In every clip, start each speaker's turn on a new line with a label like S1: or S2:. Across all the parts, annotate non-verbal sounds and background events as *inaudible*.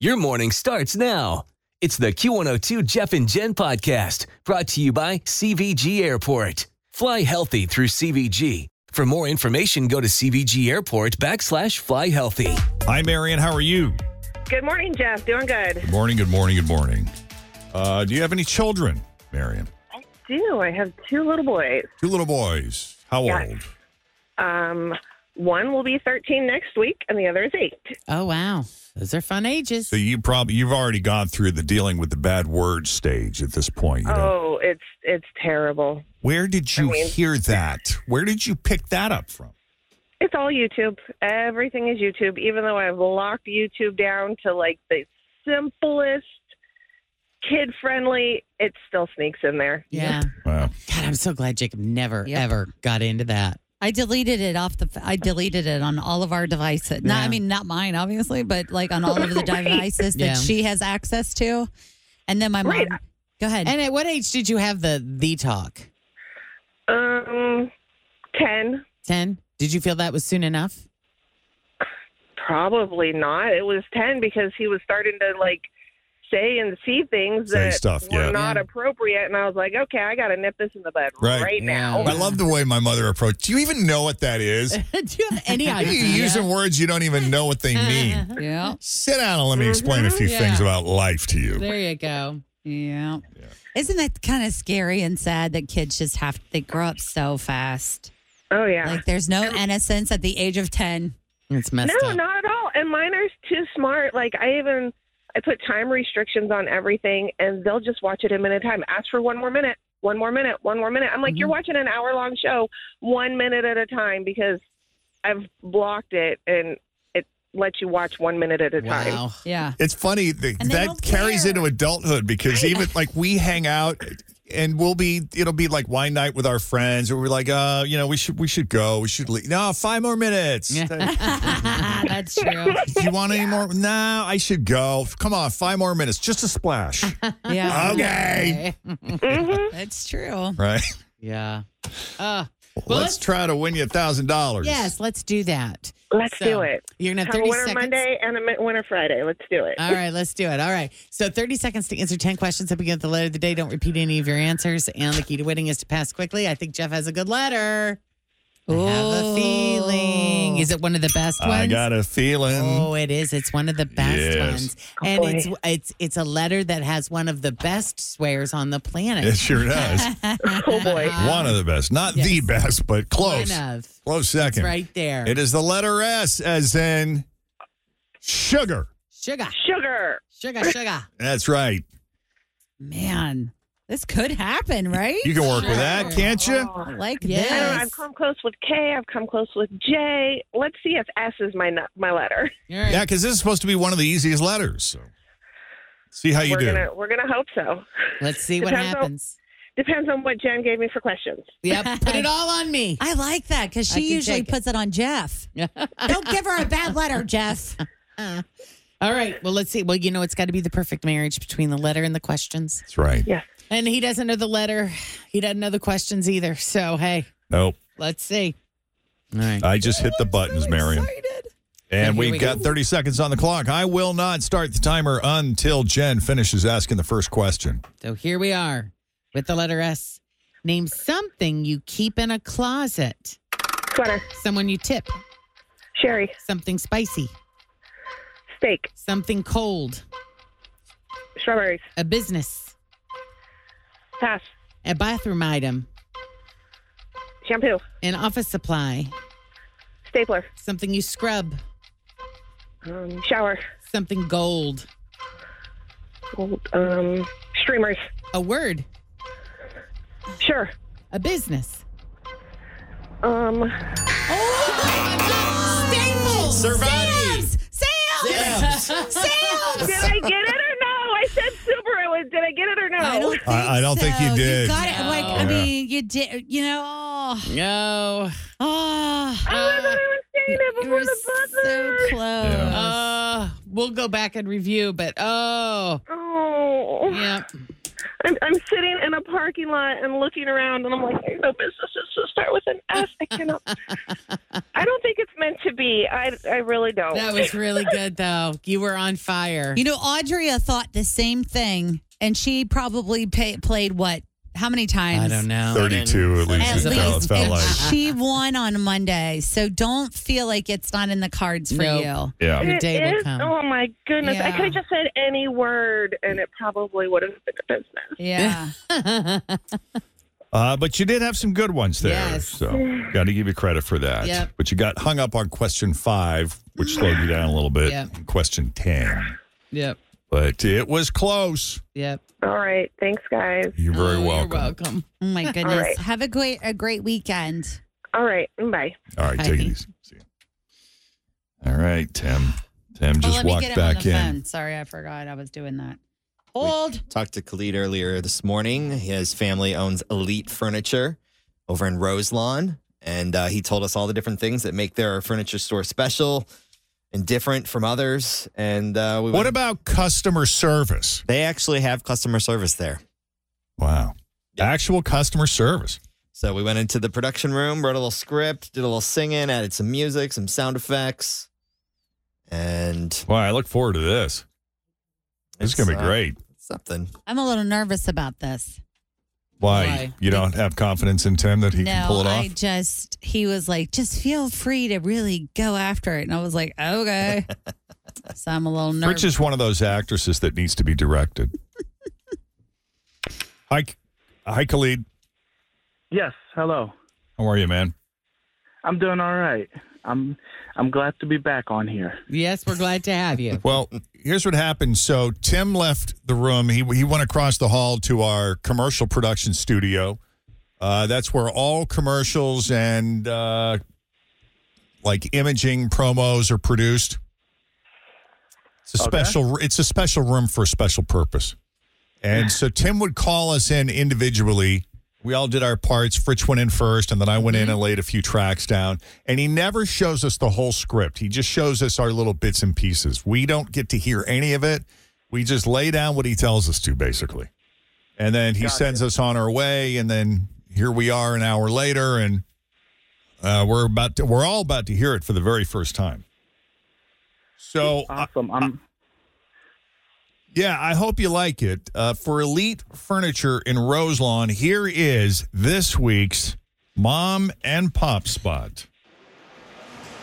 S1: Your morning starts now. It's the Q102 Jeff and Jen podcast brought to you by CVG Airport. Fly healthy through CVG. For more information, go to CVG Airport backslash fly healthy.
S2: Hi, Marion. How are you?
S3: Good morning, Jeff. Doing good.
S2: Good morning. Good morning. Good morning. Uh, do you have any children, Marion?
S3: I do. I have two little boys.
S2: Two little boys. How
S3: Yes.
S2: old?
S3: Um, one will be 13 next week, and the other is eight.
S4: Oh wow, those are fun ages.
S2: So you probably you've already gone through the dealing with the bad word stage at this point. You know?
S3: Oh, it's it's terrible.
S2: Where did you
S3: I mean-
S2: hear that? Where did you pick that up from?
S3: It's all YouTube. Everything is YouTube. Even though I've locked YouTube down to like the simplest, kid friendly, it still sneaks in there.
S4: yeah.
S2: Wow.
S4: God, I'm so glad Jacob never
S5: Yep.
S4: ever got into that.
S5: I deleted it off the. I deleted it on all of our devices. Not,
S4: Yeah.
S5: I mean, not mine, obviously, but like on all of the devices that
S4: Yeah.
S5: she has access to. And then my mom.
S3: Right.
S5: Go ahead.
S4: And at what age did you have the the talk?
S3: Um, ten.
S4: Ten. Did you feel that was soon enough?
S3: Probably not. It was ten because he was starting to like say and see things
S2: Say
S3: that
S2: stuff,
S3: were
S2: yeah.
S3: not appropriate, and I was like, okay, I got to nip this in the bud
S2: Right.
S3: right, now.
S4: Yeah.
S2: I love the way my mother approached. Do you even know what that
S3: *laughs*
S5: *laughs*
S2: is?
S5: Do you have
S2: *laughs*
S5: any
S2: You're
S5: idea?
S2: using words you don't even know what
S5: *laughs*
S2: they mean.
S5: yeah.
S2: Sit down and let me explain
S3: Mm-hmm.
S2: a few
S4: Yeah.
S2: things about life to you.
S4: There you go.
S5: Yeah. Isn't that kind of scary and sad that kids just have they grow up so fast?
S3: Oh yeah.
S5: Like there's no innocence at the age of ten.
S4: It's messed
S3: no,
S4: up.
S3: not at all. And mine are too smart. Like I even I put time restrictions on everything, and they'll just watch it a minute at a time. Ask for one more minute, one more minute, one more minute. I'm like,
S4: Mm-hmm.
S3: you're watching an hour long show, one minute at a time, because I've blocked it and it lets you watch one minute at a time.
S4: Wow.
S5: Yeah. *laughs*
S2: It's funny that,
S5: And they
S2: that
S5: don't
S2: carries
S5: care.
S2: into adulthood because even like we hang out and we'll be it'll be like wine night with our friends or we're like uh you know we should we should go we should leave no five more minutes
S5: That's true.
S2: Do *laughs* you want any more? No, I should go. Come on, five more minutes, just a splash.
S5: Yeah.
S2: okay.
S5: That's true.
S2: Right.
S4: Yeah. Uh,
S2: Well, let's try to win you a thousand dollars.
S4: yes, let's do that.
S3: Let's
S4: So,
S3: do it.
S4: You're gonna have
S3: Have a
S4: 30
S3: winter
S4: seconds.
S3: Monday and a mi- winter Friday. Let's do
S5: Uh,
S3: it.
S4: All right, let's do it. All right. So 30 seconds to answer 10 questions that begin with the letter of the day. Don't repeat any of your answers. And the key to winning is to pass quickly. I think Jeff has a good letter. I have a feeling. Is it one of the best ones?
S2: I got a feeling.
S4: Oh, it is. It's one of the best
S2: Yes.
S4: ones.
S3: Oh,
S4: and it's it's it's a letter that has one of the
S2: *laughs*
S4: best swears on the planet.
S2: It sure does.
S3: Oh boy.
S5: uh-huh.
S2: One of the best, not the
S4: yes.
S2: best, but close.
S4: One of.
S2: Close
S4: It's
S2: second.
S4: right there.
S2: It is the letter S, as in sugar.
S4: Sugar,
S3: Sugar.
S4: sugar, sugar.
S2: That's right.
S5: Man, this could happen, right?
S2: You can work with that, can't you?
S5: I like
S4: Yes.
S3: I don't know.
S5: this.
S3: I've come close with K. I've come close with J. Let's see if S is my nu- my letter.
S4: All right.
S2: Yeah, because this is supposed to be one of the easiest letters. So. See how Oh, you
S3: we're
S2: do.
S3: gonna we're gonna hope so.
S4: Let's see what
S3: Depends on-
S4: happens.
S3: Depends on what Jen gave me for questions.
S4: Yep. Put it all on me.
S5: I like that because
S4: I
S5: she
S4: can
S5: usually
S4: take it.
S5: puts it on *laughs* Jeff. Don't give her a bad letter, Jeff.
S4: *laughs* All right. Well, let's see. Well, you know, it's got to be the perfect marriage between the letter and the questions.
S2: That's right.
S3: Yes.
S4: And he doesn't know the letter. He doesn't know the questions either. So, hey,
S2: Nope.
S4: let's see. All right.
S2: I just hit the buttons, Marion.
S4: And
S2: And
S4: here
S2: we've
S4: we
S2: got
S4: go.
S2: 30 seconds on the clock. I will not start the timer until Jen finishes asking the first question.
S4: So here we are with the letter S. Name something you keep in a closet.
S3: Sweater.
S4: Someone you tip.
S3: Sherry.
S4: Something spicy.
S3: Steak,
S4: Something cold.
S3: strawberries,
S4: A business.
S3: pass,
S4: A bathroom item.
S3: shampoo,
S4: An office supply.
S3: stapler,
S4: Something you scrub.
S3: um, shower,
S4: Something gold.
S3: um, streamers.
S4: A word.
S3: Sure.
S4: A business.
S3: Um,
S4: Oh
S5: Staples.
S2: Cervati.
S5: Sam's. Sam's.
S3: *laughs*
S5: Sam's.
S3: did I get it or no? I said super. It was. Did I get it or no?
S5: I don't think Oh,
S2: I- I don't think you
S5: so.
S2: did.
S5: got it. Like, I
S2: No.
S5: mean, you did. You know, oh,
S4: No.
S5: oh,
S3: Oh, I thought I was saying it
S5: you
S3: before
S5: were
S3: the
S5: so
S3: buzzer.
S5: close.
S4: Uh, we'll go back and review, but oh,
S3: oh,
S4: yeah.
S3: I'm, I'm sitting in a parking lot and looking around, and I'm like, there's no businesses that start with an S. I
S4: *laughs*
S3: cannot. I don't think it's meant to be. I, I really don't.
S4: That was really good, though. You were on fire.
S5: You know, Audrea thought the same thing, and she probably pay, played what? How many times?
S4: I don't know.
S2: 32 at
S5: At
S2: least, it felt,
S5: least,
S2: felt
S5: and
S2: like.
S5: she won on Monday, so don't feel like it's not in the cards for
S4: Nope.
S5: you.
S2: Yeah.
S4: The
S3: It
S4: day will
S3: is-
S4: come.
S3: Oh my goodness! I
S5: Yeah.
S3: could have just said any word, and it probably would have been a business.
S5: Yeah,
S4: *laughs*
S2: Uh, but you did have some good ones there.
S4: Yes.
S2: So got to give you credit for that.
S4: Yep.
S2: But you got hung up on question five, which slowed you down a little bit.
S4: Yep.
S2: and Question 10.
S4: Yep.
S2: But it was close.
S4: Yep.
S3: All right, thanks, guys.
S2: You're very
S4: Oh,
S2: welcome.
S4: You're welcome.
S5: *laughs* oh my goodness.
S3: right.
S5: Have a great a great weekend.
S3: All right, bye.
S2: All right, take it
S4: Bye.
S2: easy. See you. All right, Tim. Tim
S5: Oh,
S2: just
S5: let me
S2: walked
S5: get him on
S2: back
S5: the
S2: in.
S5: phone. Sorry, I forgot I was doing that. Hold.
S6: Talked to Khalid earlier this morning. His family owns Elite Furniture over in Roselawn. And uh, he told us all the different things that make their furniture store special and different from others. And uh, we
S2: What
S6: went-
S2: about customer service?
S6: They actually have customer service there.
S2: Wow. Actual customer service.
S6: So we went into the production room, wrote a little script, did a little singing, added some music, some sound effects. And
S2: Wow, I look forward to this. This is going to be
S6: It's, uh,
S2: great.
S6: something.
S5: I'm a little nervous about this.
S2: Why?
S4: why?
S2: You don't have confidence in Tim that he
S5: no,
S2: can pull it off?
S5: I just he was like, just feel free to really go after it, and I was like, okay. so I'm a little nervous.
S2: Rich is one of those actresses that needs to be directed.
S5: *laughs*
S2: hi, hi, Khalid.
S7: Yes, hello.
S2: How are you, man?
S7: I'm doing all right. I'm I'm glad to be back on here.
S4: Yes, we're glad to have you.
S2: Well, here's what happened. So Tim left the room. He he went across the hall to our commercial production studio. Uh, that's where all commercials and uh, like imaging promos are produced. It's a
S7: Okay.
S2: special. It's a special room for a special purpose. And so Tim would call us in individually. We all did our parts. Fritch went in first, and then I went in and laid a few tracks down. And he never shows us the whole script. He just shows us our little bits and pieces. We don't get to hear any of it. We just lay down what he tells us to, basically. And then he sends us on our way. And then here we are an hour later, and uh, we're about to, we're all about to hear it for the very first time. So I-
S7: Awesome. I'm
S2: yeah, I hope you like it. Uh, for Elite Furniture in Roselawn, here is this week's Mom and Pop Spot.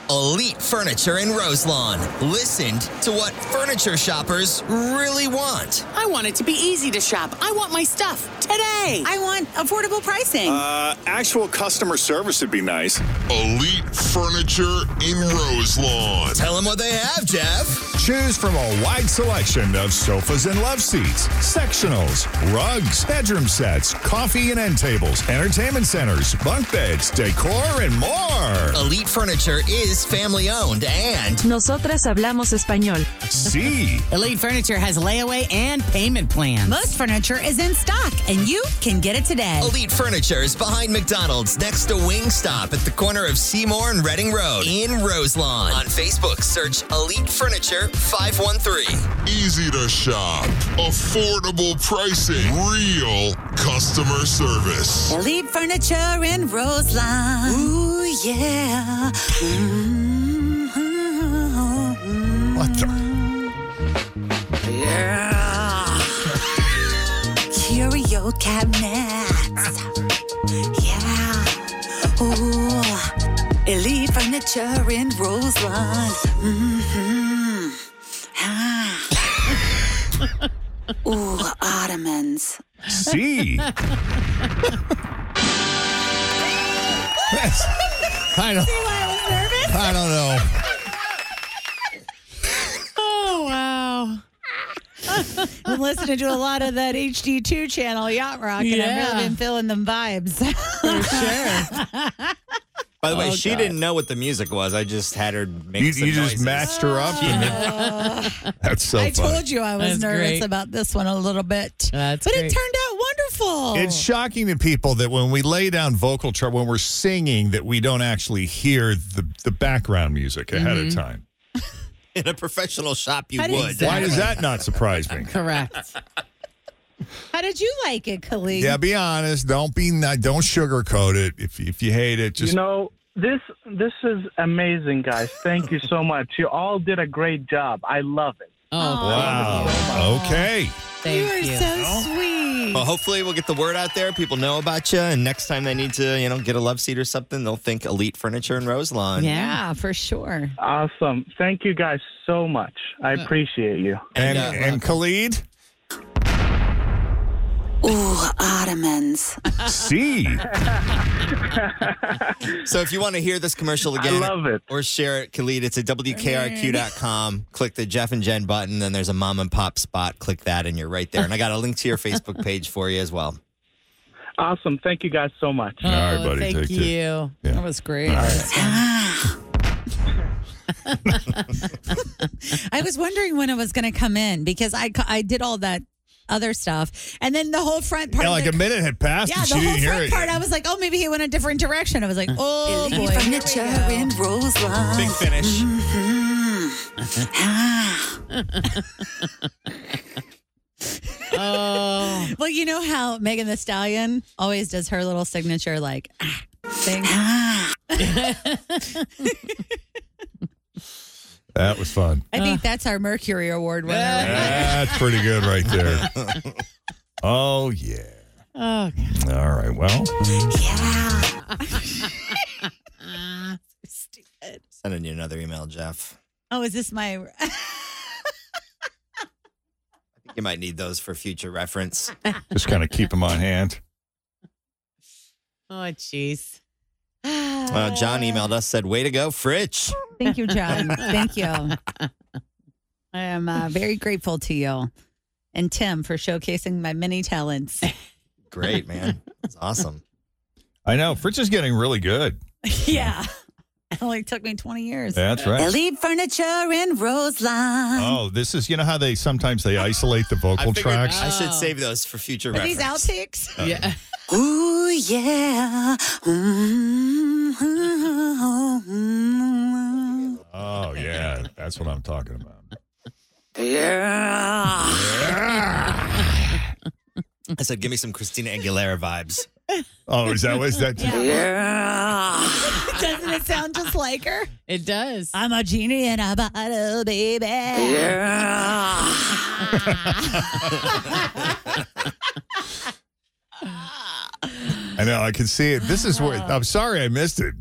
S6: Elite Furniture in Roselawn listened to what furniture shoppers really want.
S8: I want it to be easy to shop. I want my stuff today.
S5: I want affordable pricing.
S9: Uh, actual customer service would be nice.
S10: Elite Furniture in Roselawn.
S6: Tell them what they have, Jeff.
S2: Choose from a wide selection of sofas and love seats, sectionals, rugs, bedroom sets, coffee and end tables, entertainment centers, bunk beds, decor, and more.
S6: Elite Furniture is family owned and
S8: Nosotras hablamos español.
S2: See.
S4: Elite Furniture has layaway and payment plans.
S5: Most furniture is in stock, and you can get it today.
S6: Elite Furniture is behind McDonald's next to Wingstop at the corner of Seymour and Reading Road in Roselawn. On Facebook, search Elite Furniture 513.
S10: Easy to shop. Affordable pricing. Real customer service.
S5: Elite Furniture in Roseline. Ooh, yeah. Mm-hmm.
S2: What the?
S5: Yeah. Curio cabinets. Yeah. Ooh. Elite Furniture in Roseline. Mm-hmm.
S8: Ooh, ottomans.
S2: See? I don't. I don't know.
S5: Oh wow. I'm listening to a lot of that HD2 channel, Yacht Rock, and I've
S4: Yeah.
S5: really been feeling them vibes. For sure.
S6: By the way, she didn't know what the music was. I just had her make
S2: Oh, You,
S6: some
S2: you just
S6: noises.
S2: matched
S5: *laughs*
S2: her up. and
S5: Oh.
S2: then- that's so
S5: I
S2: funny.
S5: told you I was
S4: That's
S5: nervous
S4: great.
S5: about this one a little bit.
S4: That's
S5: but
S4: great.
S5: it turned out wonderful.
S2: It's shocking to people that when we lay down vocal chart, when we're singing, that we don't actually hear the, the background music ahead
S5: Mm-hmm.
S2: of time.
S6: *laughs* In a professional shop, you
S5: How did-
S6: would.
S2: Why does that not surprise
S5: *laughs*
S2: me?
S4: Correct.
S5: How did you like it, Khalid?
S2: Yeah, be honest. Don't be not, don't sugarcoat it. If if you hate it, just
S7: you know, this this is amazing, guys. Thank you so much. You all did a great job. I love it.
S4: Oh,
S2: wow. Okay.
S5: you
S4: thank
S5: are
S4: you.
S5: so sweet.
S6: Well, hopefully we'll get the word out there. People know about you, and next time they need to, you know, get a love seat or something, they'll think Elite Furniture and Roselawn.
S5: yeah, for sure.
S7: Awesome. Thank you guys so much. I
S4: Uh,
S7: appreciate you.
S2: And
S6: And,
S5: uh, *laughs*
S2: and Khalid,
S8: Ooh, ottomans.
S2: see.
S6: So if you want to hear this commercial
S7: I
S6: again
S7: love it.
S6: or share it, Khalid, it's at WKRQ.com. Click the Jeff and Jen button, then there's a mom and pop spot. Click that, and you're right there. And I got a link to your Facebook page for you as well.
S7: Awesome. Thank you guys so much.
S4: Oh,
S2: All right, buddy,
S4: thank
S2: take
S4: you.
S2: it.
S5: That was great. I was wondering when it was going to come in because I ca- I did all that other stuff, and then the whole front part.
S2: Yeah,
S5: of
S2: like
S5: the-
S2: a minute had passed
S5: yeah,
S2: and she
S5: the whole
S2: didn't hear
S5: front
S2: it. Mm.
S5: part. I was like, oh, maybe he went a different direction. I was like, oh boy. here
S8: Elite
S5: we
S8: furniture
S5: go.
S8: and Roseline.
S6: Big finish.
S5: *laughs*
S4: Oh,
S5: Well, you know how Megan the Stallion always does her little signature like ah, thing.
S2: That was fun.
S5: I think that's our Mercury Award winner. right?
S2: That's pretty good right there. Oh yeah.
S4: oh,
S2: All right. Well,
S5: Ah, Stupid.
S6: *laughs* Sending you another email, Jeff.
S5: Oh, is this my? *laughs*
S6: You might need those for future reference.
S2: just kind of keep them on hand.
S4: oh,
S5: *sighs*
S4: jeez.
S6: Well, John emailed us, said, way to go, Fritch.
S5: Thank you, John. Thank *laughs* you. I am uh, very grateful to you and Tim for showcasing my many talents.
S6: Great, man. That's awesome.
S2: I know. Fritz is getting really good.
S5: *laughs* yeah, it only took me twenty years.
S2: That's right.
S8: Elite furniture and Roseline.
S2: Oh, this is you know how they sometimes they isolate the vocal
S6: figured
S2: tracks.
S6: I should save those for future
S5: Are
S6: reference.
S5: these
S6: *laughs*
S5: outtakes?
S4: Yeah.
S8: Ooh, yeah.
S4: *laughs*
S8: Mm-hmm.
S2: Oh yeah, that's what I'm talking about. *laughs*
S8: Yeah.
S6: I said, give me some Christina Aguilera vibes. *laughs*
S2: Oh, is that was that?
S8: Yeah.
S5: *laughs* Doesn't it sound just like her?
S4: It does.
S5: I'm a genie in a bottle, baby.
S8: Yeah.
S2: I know. I can see it. This is where I'm sorry I missed it.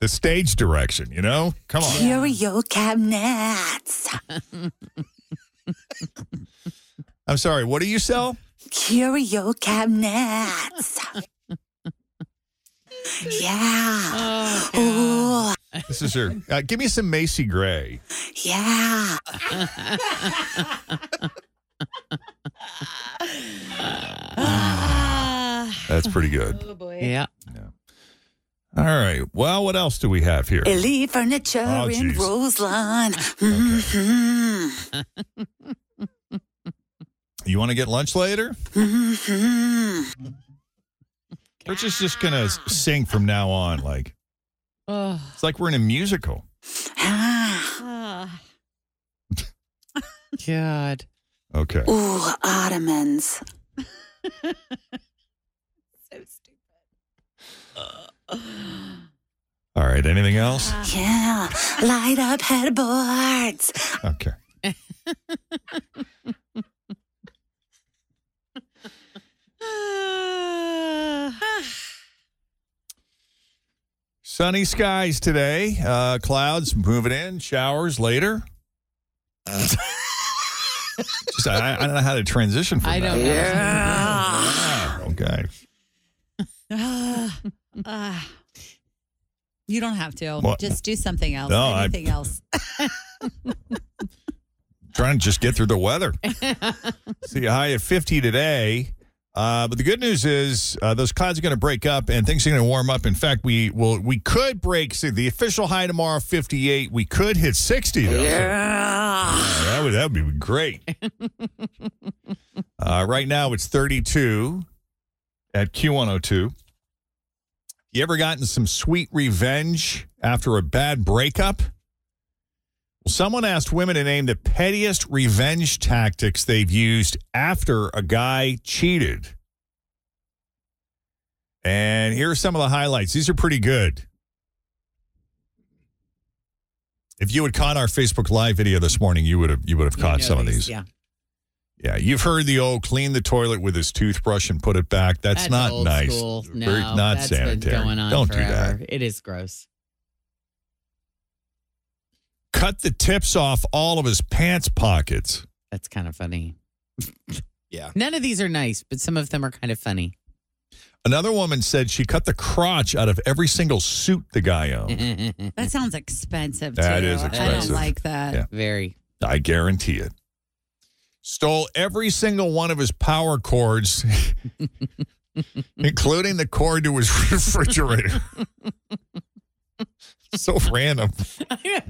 S2: The stage direction. You know, come on.
S8: Curio cabinets.
S2: I'm sorry. What do you sell?
S8: Curio cabinets. Yeah.
S5: Ah.
S4: Oh,
S5: *sighs*
S8: Ooh,
S2: This is your. Uh, give me some Macy Gray.
S8: yeah.
S2: That's pretty good.
S5: Oh boy.
S4: yeah.
S2: All right. Well, what else do we have here?
S8: Elite furniture
S2: Oh,
S8: in
S2: geez.
S8: Roseline. hmm
S2: You want to get lunch later?
S8: hmm
S2: Rich is just gonna s- sing from now on. Like
S4: *sighs* Oh.
S2: it's like we're in a musical.
S8: Ah.
S5: Ah.
S4: God. *sighs*
S2: Okay.
S8: Ooh,
S5: *laughs*
S8: ottomans.
S5: so stupid.
S2: All right. Anything else?
S5: Ah.
S8: Yeah. Light up headboards.
S2: Okay. Sunny skies today. Uh, clouds moving in. Showers later. Just, I, I don't know how to transition from
S5: I
S2: that.
S5: don't know.
S2: Yeah. Okay.
S5: Ah,
S4: *laughs*
S5: ah. *sighs* you don't have to.
S2: What?
S5: Just do something else.
S2: No, I-
S5: anything
S4: *laughs*
S5: else.
S2: Trying to just get through the weather. See a high at 50 today. Uh, but the good news is uh, those clouds are going to break up and things are going to warm up. In fact, we will we could break see, the official high tomorrow 58. We could hit 60 though. Yeah, that would that would be great. uh, right now it's 32 at Q102. You ever gotten some sweet revenge after a bad breakup? Well, someone asked women to name the pettiest revenge tactics they've used after a guy cheated. And here are some of the highlights. These are pretty good. If you had caught our Facebook live video this morning, you would have you would have caught some of these.
S4: Yeah.
S2: Yeah, you've heard the old clean the toilet with his toothbrush and put it back. That's, not
S4: old
S2: nice.
S4: School. No,
S2: Very- not
S4: that's been
S2: sanitary.
S4: going on
S2: Don't do that.
S4: forever. It is gross.
S2: Cut the tips off all of his pants pockets.
S4: That's kind of
S2: *laughs*
S4: funny.
S6: Yeah.
S4: None of these are nice, but some of them are kind of funny.
S2: Another woman said she cut the crotch out of every single suit the
S4: *laughs*
S2: guy owned.
S5: That sounds expensive.
S2: That
S5: too.
S2: is
S5: I don't
S2: expensive.
S5: like that.
S2: Yeah.
S4: Very. *laughs*
S2: I guarantee it. Stole every single one of his power cords,
S4: *laughs*
S2: including the cord to his *laughs*
S4: *laughs*
S2: refrigerator. so random.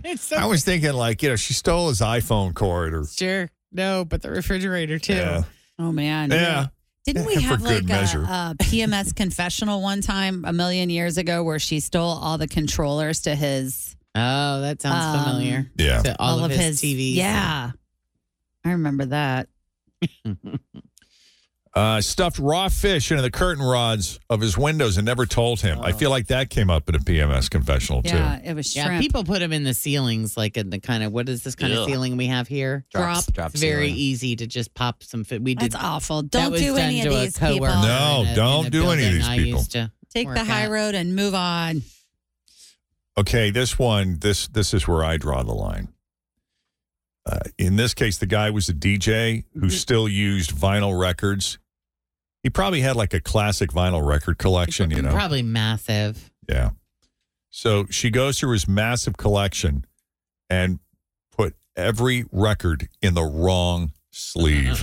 S4: it's so
S2: I was thinking, like, you know, she stole his iPhone cord
S4: *laughs*
S2: or.
S4: sure. No, but the refrigerator too.
S2: Yeah.
S5: Oh man.
S2: Yeah.
S5: Didn't we
S2: For
S5: have
S2: good
S5: like a,
S2: measure.
S5: a PMS *laughs* confessional one time a million years ago where she stole all the controllers to his
S4: Oh, that sounds
S5: Um,
S4: familiar.
S2: Yeah.
S4: To all, of, his, TVs.
S5: Yeah. I remember that.
S2: Uh, stuffed raw fish into the curtain rods of his windows and never told him. I feel like that came up in a PMS confessional,
S5: Yeah,
S2: too.
S5: it was
S4: *laughs* Yeah,
S5: shrimp.
S4: people put them in the ceilings, like in the kind of what is this kind of
S6: Ugh.
S4: ceiling we have here?
S6: Drops-
S4: Drop.
S6: drop
S4: It's very
S6: ceiling.
S4: easy to just pop some. Fi- we did.
S5: That's awful.
S4: that
S5: Don't
S4: was
S5: do
S4: done
S5: any of
S4: to a
S5: these people.
S4: coworker
S2: No,
S4: in a- in
S2: don't
S4: a
S2: do any of
S4: building
S2: these
S4: I
S2: people.
S4: used to
S5: Take the
S4: work
S5: high
S4: at.
S5: road and move
S2: *laughs*
S5: on.
S2: Okay, this one, this this is where I draw the line. Uh, in this case, the guy was a DJ who still used vinyl records. He probably had like a classic vinyl record collection, you know.
S4: Probably massive.
S2: Yeah. So she goes through his massive collection and put every record in the wrong sleeve.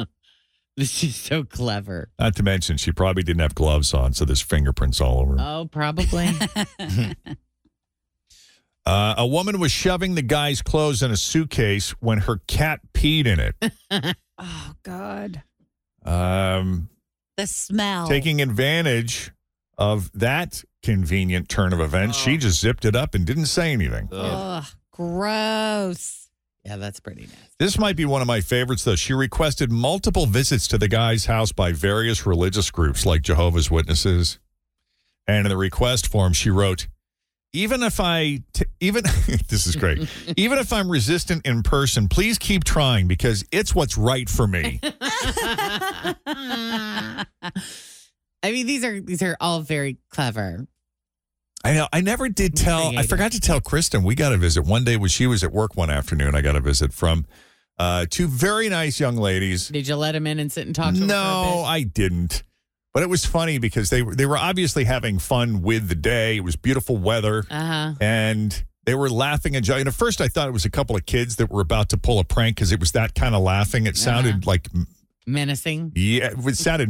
S4: *laughs* this is so clever.
S2: Not to mention, she probably didn't have gloves on, so there's fingerprints all over. her.
S4: Oh,
S2: *laughs*
S4: probably.
S2: Uh, a woman was shoving the guy's clothes in a suitcase when her cat peed in it.
S5: oh God.
S2: Um,
S5: The smell.
S2: Taking advantage of that convenient turn of events, she just zipped it up and didn't say anything.
S5: Ugh, gross.
S4: yeah, that's pretty nasty.
S2: This might be one of my favorites, though. She requested multiple visits to the guy's house by various religious groups like Jehovah's Witnesses. And in the request form, she wrote, even if I, t- even, *laughs* this is great. even if I'm resistant in person, please keep trying because it's what's right
S4: *laughs*
S2: for me.
S5: *laughs*
S4: I mean, these are these are all very clever.
S2: I know. I never did tell. I
S4: Creative.
S2: forgot to tell Kristen. We got a visit one day when she was at work one afternoon. I got a visit from uh, two very nice young ladies.
S4: Did you let him in and sit and talk to him?
S2: No, I didn't. But it was funny because they were they were obviously having fun with the day. It was beautiful weather,
S4: Uh huh.
S2: and they were laughing and joking. At first, I thought it was a couple of kids that were about to pull a prank because it was that kind of laughing. It sounded like
S4: Menacing.
S2: yeah, it sounded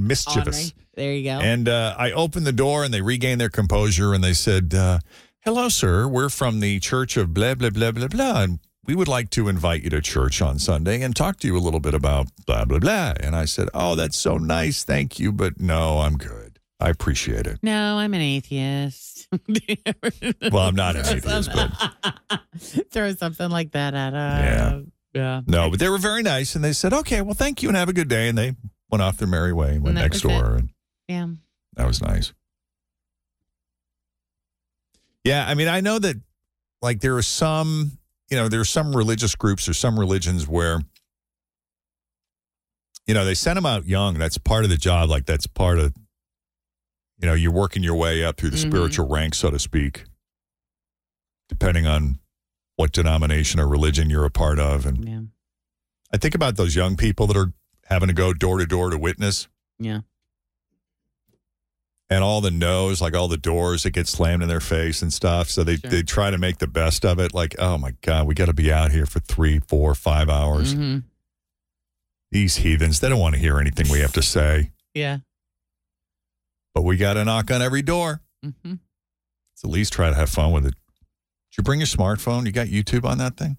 S4: Ornery.
S2: mischievous.
S4: There you go.
S2: And uh, I opened the door and they regained their composure and they said, uh, Hello, sir. We're from the church of blah, blah, blah, blah, blah. And we would like to invite you to church on Sunday and talk to you a little bit about blah, blah, blah. And I said, Oh, that's so nice. Thank you. But no, I'm good. I appreciate it.
S4: no, I'm an atheist. *laughs*
S2: Well, I'm not an atheist, but
S4: throw something like that at
S2: Yeah.
S4: us. Yeah.
S2: no, but they were very nice. And they said, Okay, well, thank you and have a good day. And they went off their merry way and
S4: And
S2: went
S4: that
S2: next
S4: was it.
S2: door. And
S4: Yeah.
S2: That was nice. Yeah, I mean, I know that like there are some, you know, there are some religious groups or some religions where you know, they send them out young. That's part of the job, like that's part of you know, you're working your way up through the
S4: Mhm.
S2: spiritual ranks, so to speak, depending on what denomination or religion you're a part of and
S4: Yeah.
S2: I I think about those young people that are having to go door to door to witness
S4: Yeah.
S2: and all the no's, like all the doors that get slammed in their face and stuff. So they,
S4: Sure.
S2: they try to make the best of it. Like, oh my God, we got to be out here for three, four, five hours.
S4: Mhm.
S2: These heathens, they don't want to hear anything we have to say,
S4: Yeah.
S2: but we got to knock on every door.
S4: hmm
S2: So at least try to have fun with it. Did you bring your smartphone? You got YouTube on that thing?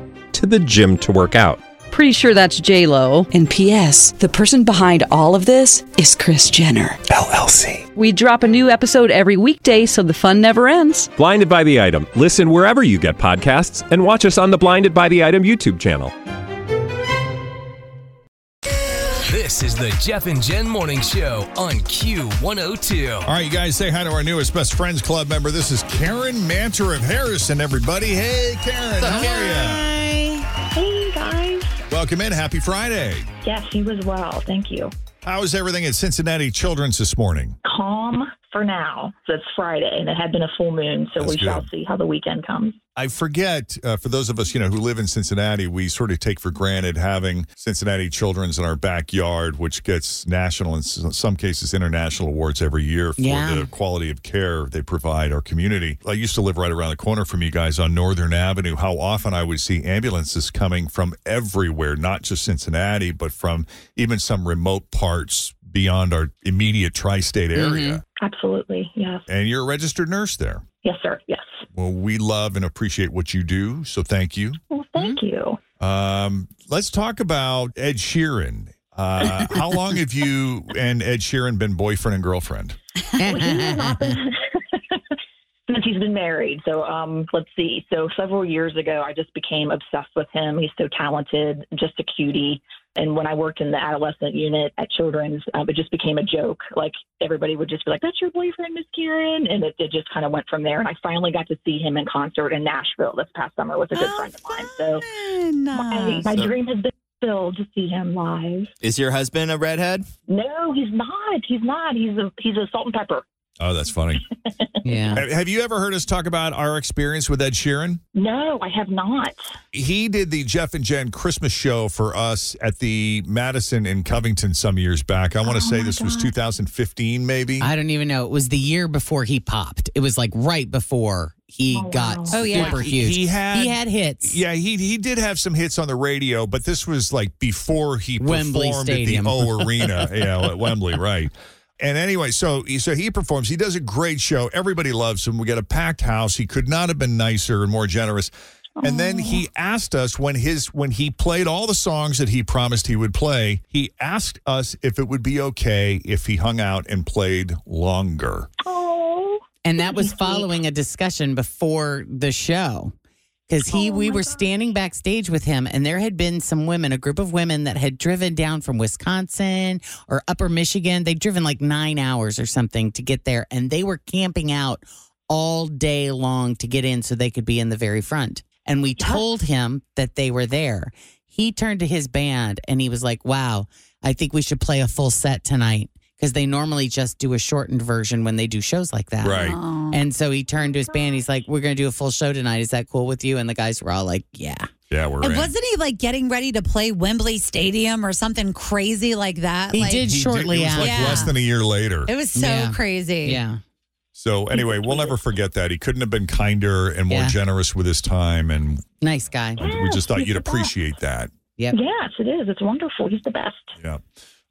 S11: to the gym to work out.
S12: Pretty sure that's J Lo. And P.S. The person behind all of this is Chris Jenner LLC. We drop a new episode every weekday, so the fun never ends.
S11: Blinded by the item. Listen wherever you get podcasts, and watch us on the Blinded by the Item YouTube channel.
S1: This is the Jeff and Jen Morning Show on Q102.
S2: All right, you guys, say hi to our newest Best Friends Club member. This is Karen Mantor of Harrison, everybody. Hey, Karen, how are you?
S13: Hey guys.
S2: Welcome in. Happy Friday.
S13: Yes, you as well. Thank you.
S2: How's everything at Cincinnati Children's this morning?
S13: Calm for now. So it's Friday, and it had been a full moon, so
S2: That's
S13: we shall
S2: good.
S13: see how the weekend comes.
S2: I forget, uh, for those of us, you know, who live in Cincinnati, we sort of take for granted having Cincinnati Children's in our backyard, which gets national and s- some cases international awards every year for
S14: Yeah.
S2: the quality of care they provide our community. I used to live right around the corner from you guys on Northern Avenue. How often I would see ambulances coming from everywhere, not just Cincinnati, but from even some remote parts beyond our immediate tri state area.
S13: Absolutely. Yes.
S2: And you're a registered nurse there.
S13: Yes, sir. Yes.
S2: Well, we love and appreciate what you do, so thank you.
S13: Well, thank you.
S2: Um, let's talk about Ed Sheeran. *laughs* Uh, how long have you and Ed Sheeran been boyfriend and girlfriend?
S13: Well, he has
S2: *laughs*
S13: not been- *laughs* Since he's been married, so um, let's see. So several years ago, I just became obsessed with him. He's so talented, just a cutie. And when I worked in the adolescent unit at Children's, um, it just became a joke. Like everybody would just be like, "That's your boyfriend, Miss Karen," and it, it just kind of went from there. And I finally got to see him in concert in Nashville this past summer with a good
S2: Oh,
S13: friend of mine. So my, my
S6: So-
S13: dream has been filled to see him live.
S6: Is your husband a redhead?
S13: No, he's not. He's not. He's a he's a salt and pepper.
S2: Oh, that's funny.
S4: yeah.
S2: Have, have you ever heard us talk about our experience with Ed Sheeran?
S13: No, I have not.
S2: He did the Jeff and Jen Christmas show for us at the Madison in Covington some years back. I want to say this was 2015, maybe.
S4: I don't even know. It was the year before he popped. It was like right before he
S13: Oh,
S4: got super huge.
S2: He had,
S4: he had hits.
S2: Yeah, he he did have some hits on the radio, but this was like before he
S4: Wembley
S2: performed
S4: Stadium.
S2: at
S4: *laughs*
S2: the O Arena, you know, at Wembley, right? And anyway, so he- so he performs. He does a great show. Everybody loves him. We got a packed house. He could not have been nicer and more generous. And then he asked us when his when he played all the songs that he promised he would play. He asked us if it would be okay if he hung out and played longer.
S4: And that was following a discussion before the show. Because he, we were standing backstage with him, and there had been some women, a group of women that had driven down from Wisconsin or Upper Michigan. They'd driven like nine hours or something to get there, and they were camping out all day long to get in so they could be in the very front. And we told him that they were there. He turned to his band and he was like, Wow, I think we should play a full set tonight. Because they normally just do a shortened version when they do shows like that.
S2: Right.
S4: And so he turned to his band. He's like, "We're gonna do a full show tonight. Is that cool with you?" And the guys were all like, "Yeah."
S2: Yeah, we're
S5: And wasn't he like getting ready to play Wembley Stadium or something crazy like that?
S4: He
S5: like,
S4: did He did. shortly
S2: It was like
S5: Yeah.
S2: less than a year later.
S5: It was so
S4: Yeah.
S5: crazy.
S4: Yeah.
S2: So anyway, we'll never forget that. He couldn't have been kinder and more
S4: Yeah.
S2: generous with his time, and
S4: Nice guy.
S2: we just thought you'd appreciate that.
S4: Yep.
S13: Yes, it is. It's wonderful. He's the best.
S2: Yeah.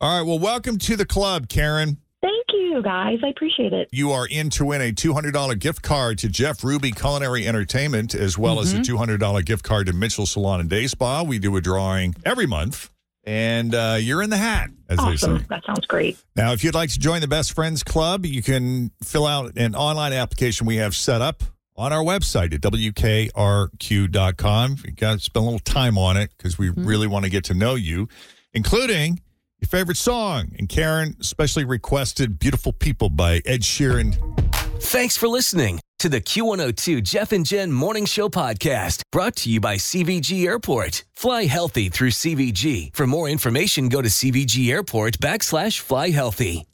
S2: All right. Well, welcome to the club, Karen.
S13: Thank you, guys. I appreciate it.
S2: You are in to win a $200 gift card to Jeff Ruby Culinary Entertainment, as well as a $200 gift card to Mitchell Salon and Day Spa. We do a drawing every month, and uh, you're in the hat, as they say.
S13: Awesome. That sounds great.
S2: Now, if you'd like to join the Best Friends Club, you can fill out an online application we have set up on our website at wkrq.com. You got to spend a little time on it because we really want to get to know you, including your favorite song. And Karen especially requested Beautiful People by Ed Sheeran.
S1: Thanks for listening to the Q102 Jeff and Jen Morning Show podcast brought to you by CVG Airport. Fly healthy through CVG. For more information, go to CVG Airport backslash fly healthy.